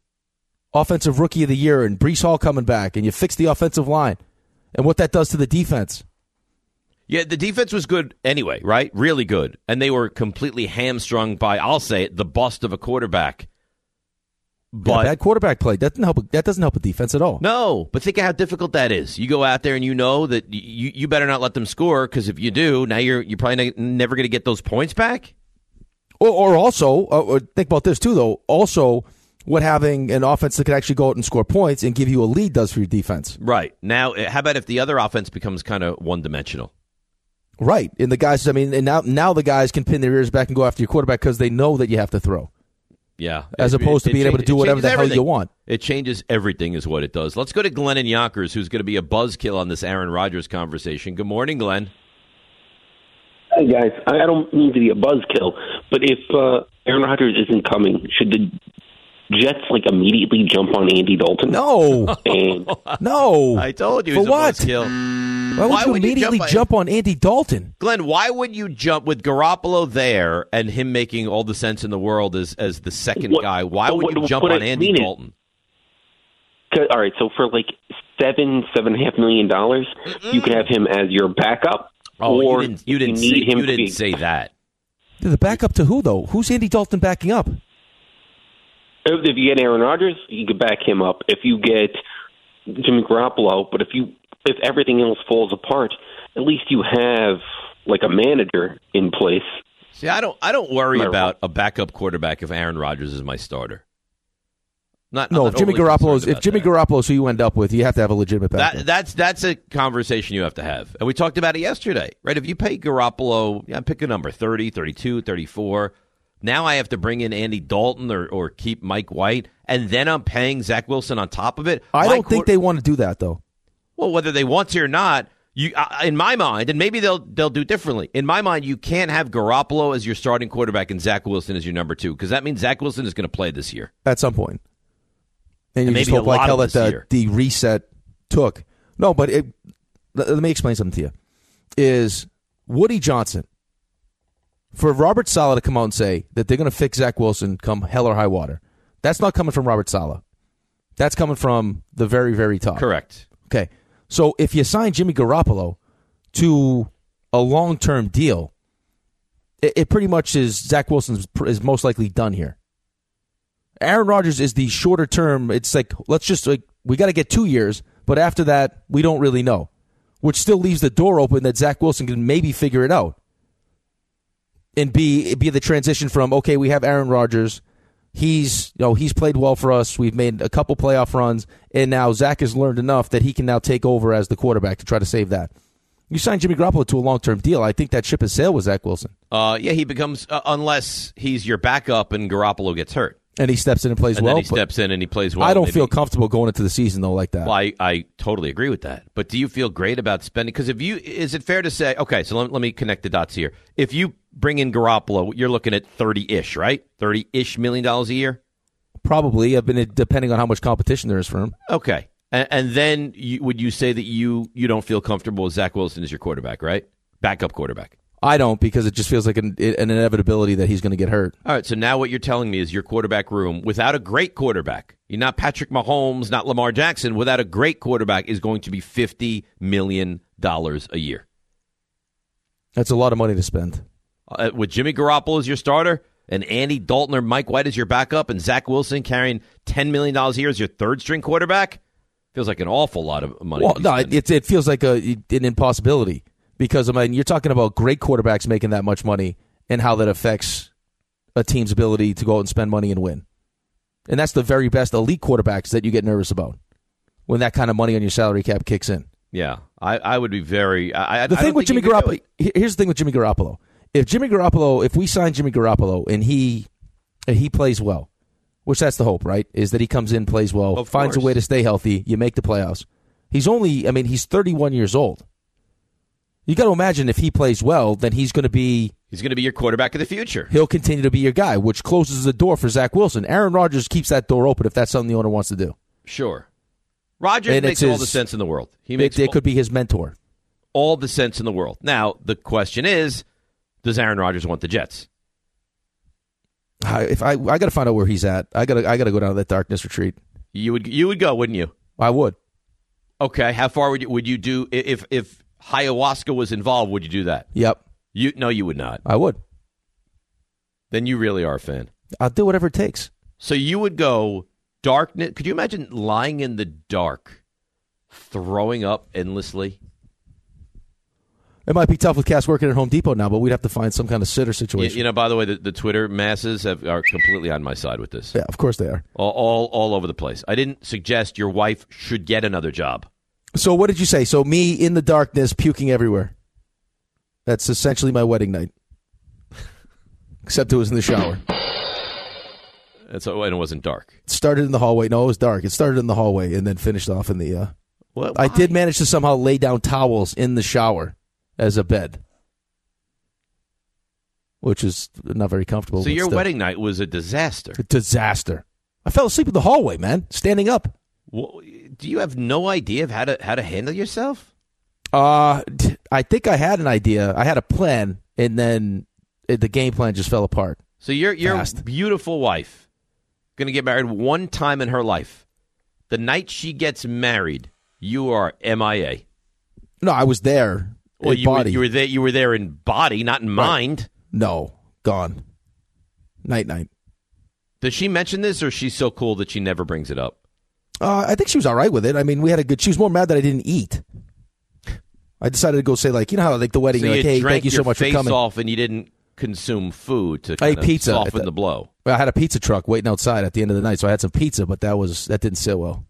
offensive rookie of the year and Brees Hall coming back, and you fix the offensive line and what that does to the defense. Yeah, the defense was good anyway, right? Really good. And they were completely hamstrung by, I'll say it, the bust of a quarterback. But yeah, bad quarterback play that doesn't help. That doesn't help a defense at all. No, but think of how difficult that is. You go out there and you know that you you better not let them score because if you do, now you're you're probably ne- never going to get those points back. Or, or also, uh, or think about this too, though. Also, what having an offense that can actually go out and score points and give you a lead does for your defense. Right now, eh, how about if the other offense becomes kind of one dimensional? Right, and the guys. I mean, and now now the guys can pin their ears back and go after your quarterback because they know that you have to throw. Yeah. As opposed it, to being changes, able to do whatever the hell everything. you want. It changes everything, is what it does. Let's go to Glenn and Yonkers, who's going to be a buzzkill on this Aaron Rodgers conversation. Good morning, Glenn. Hey, guys. I don't mean to be a buzzkill, but if uh, Aaron Rodgers isn't coming, should the Jets like immediately jump on Andy Dalton? No, and, no. I told you for what? Why would why you would immediately you jump, jump, on Andy Dalton, Glenn? Why would you jump with Garoppolo there and him making all the sense in the world as as the second what, guy? Why would what, you jump on I Andy Dalton? Is, all right, so for like seven seven and a half million dollars, Mm-mm. you could have him as your backup. Oh, or you didn't, you didn't you say, you didn't be, say that. The backup to who though? Who's Andy Dalton backing up? If you get Aaron Rodgers, you could back him up. If you get Jimmy Garoppolo, but if you if everything else falls apart, at least you have like a manager in place. See, I don't I don't worry Am about I a backup quarterback if Aaron Rodgers is my starter. Not, no, not if Jimmy Garoppolo's if Jimmy that. Garoppolo's who you end up with, you have to have a legitimate backup. That, that's that's a conversation you have to have. And we talked about it yesterday, right? If you pay Garoppolo, yeah, pick a number 30, 32, 34, now I have to bring in Andy Dalton or, or keep Mike White, and then I'm paying Zach Wilson on top of it. I my don't think they want to do that though. Well, whether they want to or not, you uh, in my mind, and maybe they'll they'll do differently. In my mind, you can't have Garoppolo as your starting quarterback and Zach Wilson as your number two because that means Zach Wilson is going to play this year at some point. And, and you just hope like hell that the, the, reset took. No, but it, let, let me explain something to you. Is Woody Johnson for Robert Sala to come out and say that they're going to fix Zach Wilson come hell or high water, that's not coming from Robert Sala. That's coming from the very, very top. Correct. Okay. So if you sign Jimmy Garoppolo to a long term deal, it, it, pretty much is Zach Wilson is most likely done here. Aaron Rodgers is the shorter term. It's like, let's just, like, we got to get two years, but after that, we don't really know, which still leaves the door open that Zach Wilson can maybe figure it out and be be the transition from okay, we have Aaron Rodgers, he's you know he's played well for us. We've made a couple playoff runs, and now Zach has learned enough that he can now take over as the quarterback to try to save that. You signed Jimmy Garoppolo to a long term deal. I think that ship has sailed with Zach Wilson. Uh, yeah, he becomes uh, unless he's your backup and Garoppolo gets hurt. And he steps in and plays and well. he steps in and he plays well. I don't feel be... comfortable going into the season though like that. Well, I, I totally agree with that. But do you feel great about spending? Because if you, is it fair to say? Okay, so let, let me connect the dots here. If you bring in Garoppolo, you're looking at thirty ish, right? Thirty ish million dollars a year. Probably. I've been depending on how much competition there is for him. Okay, and, and then you, would you say that you you don't feel comfortable with Zach Wilson as your quarterback, right? Backup quarterback. I don't because it just feels like an, an inevitability that he's going to get hurt. All right, so now what you're telling me is your quarterback room without a great quarterback, you're not Patrick Mahomes, not Lamar Jackson, without a great quarterback is going to be fifty million dollars a year. That's a lot of money to spend. Uh, with Jimmy Garoppolo as your starter and Andy Dalton or Mike White as your backup and Zach Wilson carrying ten million dollars a year as your third string quarterback, feels like an awful lot of money. Well, no, it, it feels like a an impossibility because I mean you're talking about great quarterbacks making that much money and how that affects a team's ability to go out and spend money and win. And that's the very best elite quarterbacks that you get nervous about when that kind of money on your salary cap kicks in. Yeah, I, I would be very. I, the I thing with Jimmy Garoppolo. Here's the thing with Jimmy Garoppolo. If Jimmy Garoppolo, if we sign Jimmy Garoppolo and he and he plays well, which that's the hope, right? Is that he comes in, plays well, of finds course. a way to stay healthy. You make the playoffs. He's only, I mean, he's 31 years old you got to imagine if he plays well, then he's going to be he's going to be your quarterback of the future. He'll continue to be your guy, which closes the door for Zach Wilson. Aaron Rodgers keeps that door open if that's something the owner wants to do. Sure, Rodgers and makes his, all the sense in the world. He makes it, it could be his mentor. All the sense in the world. Now the question is, does Aaron Rodgers want the Jets? I, if I I got to find out where he's at. I got to I got to go down to that darkness retreat. You would you would go, wouldn't you? I would. Okay, how far would you would you do if if ayahuasca was involved, would you do that? Yep. You no, you would not. I would. Then you really are a fan. I'll do whatever it takes. So you would go darkness. Could you imagine lying in the dark, throwing up endlessly? It might be tough with Cass working at Home Depot now, but we'd have to find some kind of sitter situation. You, you know, by the way, the, the Twitter masses have, are completely on my side with this. Yeah, of course they are. All, all all over the place. I didn't suggest your wife should get another job. So what did you say? So me in the darkness, puking everywhere. That's essentially my wedding night, except it was in the shower. And so and it wasn't dark. It started in the hallway. No, it was dark. It started in the hallway and then finished off in the. Uh, what? I did manage to somehow lay down towels in the shower as a bed, which is not very comfortable. So your still. wedding night was a disaster. A disaster. I fell asleep in the hallway, man, standing up. Well, do you have no idea of how to how to handle yourself? Uh, I think I had an idea. I had a plan, and then it, the game plan just fell apart. So your your Fast. beautiful wife going to get married one time in her life. The night she gets married, you are MIA. No, I was there. Well, you body. Were, you were there. You were there in body, not in mind. Right. No, gone. Night, night. Does she mention this, or she's so cool that she never brings it up? Uh, I think she was all right with it. I mean, we had a good. She was more mad that I didn't eat. I decided to go say like, you know how like the wedding, so like, you hey, drank thank you so much face for coming. off, and you didn't consume food to I kind ate pizza. soften at the blow. I had a pizza truck waiting outside at the end of the night, so I had some pizza, but that was that didn't sit well.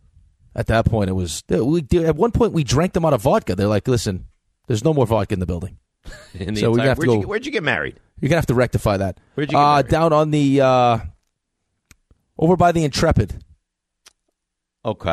At that point, it was we at one point we drank them out of vodka. They're like, listen, there's no more vodka in the building. In the so entire- we're gonna have to where'd, go. you, where'd you get married? You're gonna have to rectify that. Where'd you get uh, married? down on the uh, over by the Intrepid. Okay.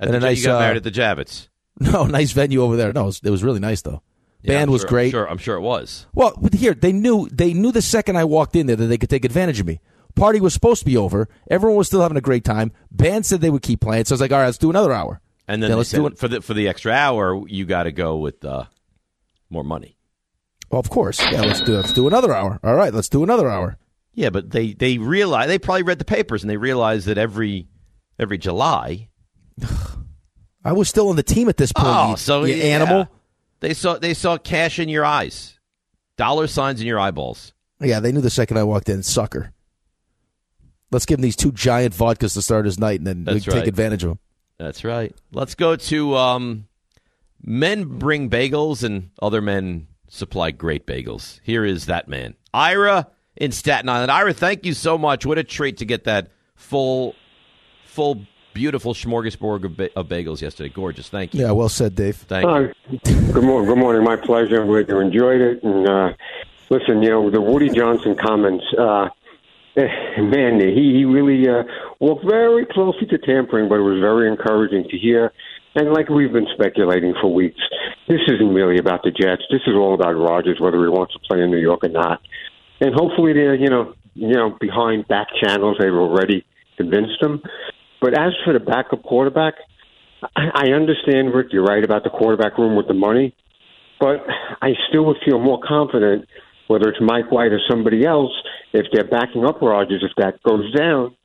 At And the, a J- nice, you got uh, married at the Javits. No, nice venue over there. No, it was, it was really nice though. Yeah, Band I'm was sure- I'm great. Sure, I'm sure it was. Well, but here they knew they knew the second I walked in there that they could take advantage of me. Party was supposed to be over. Everyone was still having a great time. Band said they would keep playing, so I was like, "All right, let's do another hour." And then Yeah, they let's said, do it. for the for the extra hour, you got to go with uh, more money. Well, of course, yeah, let's do let's do another hour. All right, let's do another hour. Yeah, but they they realize they probably read the papers and they realized that every every July. I was still on the team at this point. Oh, you, so you yeah. animal. They saw they saw cash in your eyes, dollar signs in your eyeballs. Yeah, they knew the second I walked in. Sucker. Let's give him these two giant vodkas to start his night, and then That's we can right. take advantage of him. That's right. Let's go to um, men bring bagels and other men supply great bagels. Here is that man, Ira in Staten Island. Ira, thank you so much. What a treat to get that full, full, beautiful smorgasbord of, ba- of bagels yesterday. Gorgeous. Thank you. Yeah, well said, Dave. Thank you. Uh, good, morning, good morning. My pleasure. We enjoyed it. And uh, listen, you know, the Woody Johnson comments, uh, eh, man, he, he really uh, walked very closely to tampering, but it was very encouraging to hear. And like we've been speculating for weeks, this isn't really about the Jets. This is all about Rogers, whether he wants to play in New York or not. And hopefully they're, you know, you know, behind back channels, they've already convinced him. But as for the backup quarterback, I I understand, Rick, you're right about the quarterback room with the money, but I still would feel more confident, whether it's Mike White or somebody else, if they're backing up Rodgers, if that goes down,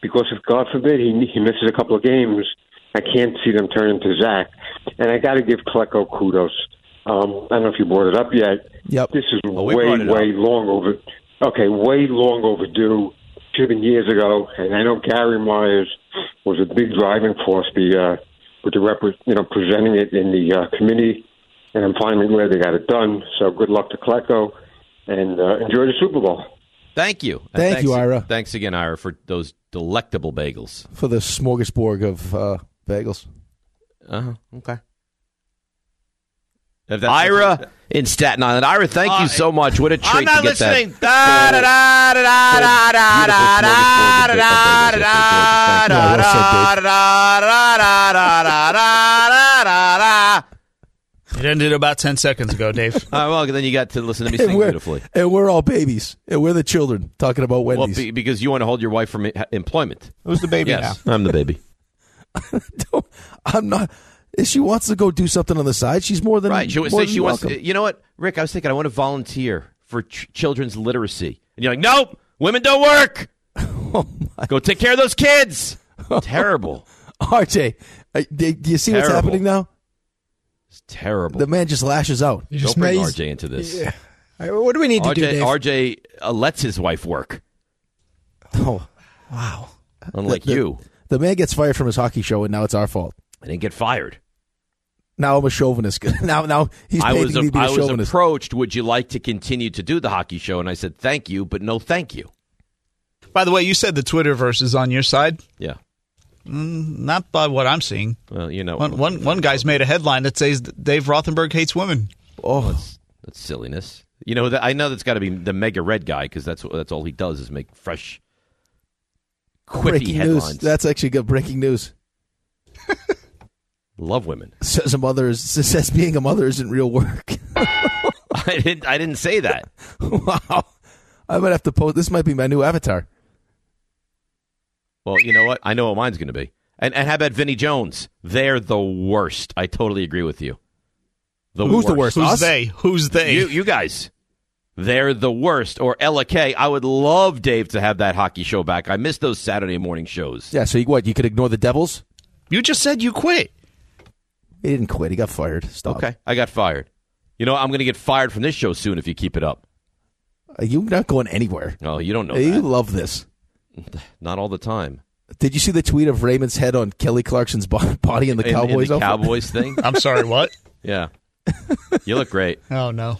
because if, God forbid, he, he misses a couple of games, I can't see them turning to Zach. And I got to give Klecko kudos. Um, I don't know if you brought it up yet. Yep. This is we Oh, way, brought it way long over. Okay, way long overdue. Should have been years ago. And I know Gary Myers was a big driving force. The uh, with the rep, you know, presenting it in the uh, committee, and I'm finally glad they got it done. So good luck to Klecko, and uh, enjoy the Super Bowl. Thank you. And Thank thanks- you, Ira. Thanks again, Ira, for those delectable bagels. For the smorgasbord of uh, bagels. Uh huh. Okay. Ira in Staten Island. Ira, thank you so much. What a treat Uh, I'm not to get listening. that. Da, da, da, da, da, da, da, da, da, da, da, da, da, da, da, It ended about ten seconds ago, Dave. Uh, well, then you got to listen to me And sing we're- beautifully. And we're all babies. And we're the children talking about Well, Wendy's. be, because you want to hold your wife from e- employment. Who's the baby yes, I'm the baby. I'm not. If she wants to go do something on the side, she's more than Right. She, more would say than she wants. welcome. You know what, Rick? I was thinking I want to volunteer for ch- children's literacy, and you're like, nope, women don't work. Oh Go take care of those kids. Terrible. RJ, uh, do do you see what's Terrible. happening now? It's terrible. The man just lashes out. You just Don't bring amazed. RJ into this. Yeah. What do we need RJ, to do, Dave? RJ uh, lets his wife work. Oh, wow. Unlike The- the- you. The man gets fired from his hockey show, and now it's our fault. I didn't get fired. Now I'm a chauvinist. now, now he's I paid was, to be a I was chauvinist. approached, would you like to continue to do the hockey show? And I said, thank you, but no thank you. By the way, you said the Twitterverse is on your side. Yeah. Mm, not by what I'm seeing. Well, you know, one, one, one guy's made a headline that says that Dave Rothenberg hates women. Oh, that's, that's silliness. You know, that I know that's got to be the mega red guy because that's what- that's all he does is make fresh, quippy breaking headlines. news. That's actually good breaking news. Love women. Says a mother is, says being a mother isn't real work. I didn't. I didn't say that. wow, I might have to post. This might be my new avatar. Well, you know what? I know what mine's going to be. And and how about Vinny Jones? They're the worst. I totally agree with you. The Oh, Who's the worst? Who's they? Who's they? You you guys. They're the worst. Or LK. I would love Dave to have that hockey show back. I miss those Saturday morning shows. Yeah. So you, what? You could ignore the Devils. You just said you quit. He didn't quit. He got fired. Stop. Okay. I got fired. You know, I'm going to get fired from this show soon if you keep it up. Uh, You're not going anywhere. Oh, you don't know. Uh, you that. love this. Not all the time. Did you see the tweet of Raymond's head on Kelly Clarkson's bo- body in the In- in Cowboys? outfit? Cowboys thing. I'm sorry, what? Yeah. You look great. Oh, no.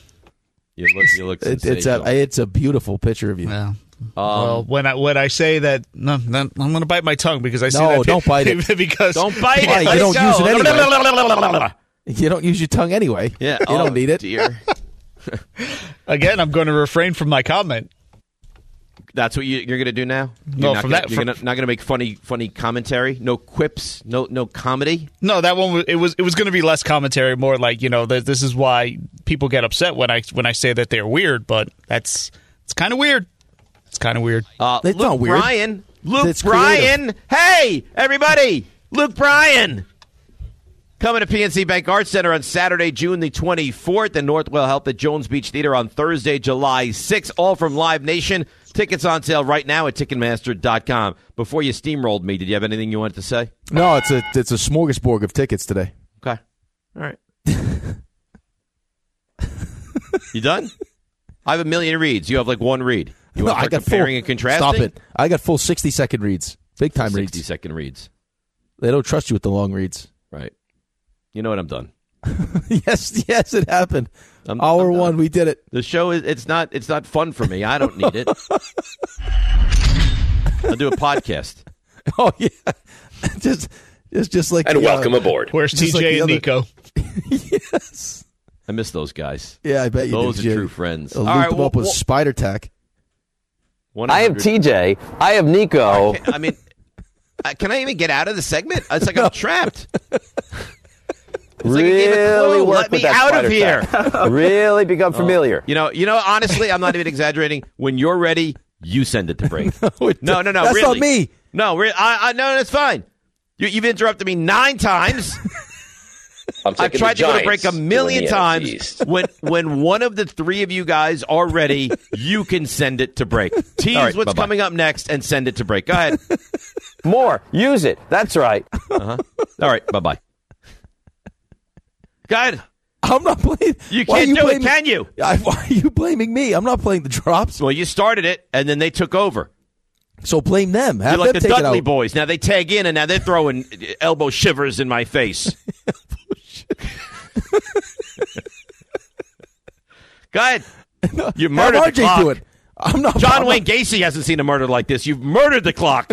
You look. You look. It- it's a sensational. Um, it's a beautiful picture of you. Yeah. well, when I when I say that, no, no, I'm going to bite my tongue because I see No, that. pic- don't bite it. because Don't bite it. Why? You Let don't go. use it anyway. You don't use your tongue anyway. Yeah. you oh, don't need it. Dear. Again, I'm going to refrain from my comment. That's what you, you're going to do now. You're No, not from gonna, that- you're from- gonna, not going to make funny, funny commentary. No quips. No, no comedy. No, that one wa- it was it was going to be less commentary, more like you know that this is why people get upset when I when I say that they're weird, but that's it's kind of weird. It's kind of weird. Uh, It's Luke not weird. Bryan. Luke It's Bryan. Hey, everybody. Luke Bryan. Coming to PNC Bank Arts Center on Saturday, June the 24th, and Northwell Health at Jones Beach Theater on Thursday, July 6th, all from Live Nation. Tickets on sale right now at Ticketmaster.com. Before you steamrolled me, did you have anything you wanted to say? No, it's a it's a smorgasbord of tickets today. Okay. All right. you done? I have a million reads. You have like one read. You No, want to I start got comparing full, and contrasting? Stop it! I got full sixty second reads, big time reads. 60 second reads. They don't trust you with the long reads. Right. You know what? I'm done. yes, yes, it happened. I'm- Hour I'm done. one, we did it. The show is it's not it's not fun for me. I don't need it. I'll do a podcast. Oh yeah, just just just like And the, welcome uh, aboard. Where's TJ Just like the and other- Nico? yes. I miss those guys. Yeah, I bet you Those did, are Jim. true friends. I All looped right, them well, up with well, spider tack. I have 100 TJ. I have Nico. I mean, uh, can I even get out of the segment? It's like I'm trapped. It's like I gave a Really clue. work Let with me that out spider of here. tack. really become Oh. familiar. You know, you know. Honestly, I'm not even exaggerating. When you're ready, you send it to break. it no, no, no. That's really. not me. No, re- I, I, no, that's fine. You, you've interrupted me nine times. I'm I've taking tried the to go to Giants break a to win million the NFC times. East. When when one of the three of you guys are ready, you can send it to break. Tease All right, what's bye-bye. coming up next and send it to break. Go ahead. More. Use it. That's right. Uh-huh. All right. Bye bye. Go ahead. I'm not playing. You Why are can't do blaming- it, can you? I, why are you blaming me? I'm not playing the drops. Well, you started it, and then they took over. So blame them. Have You're like them the take it Dudley out. boys. Now they tag in, and now they're throwing elbow shivers in my face. Go ahead. You Have murdered the RJ clock. do it. I'm not. I'm John not- Wayne Gacy hasn't seen a murder like this. You've murdered the clock.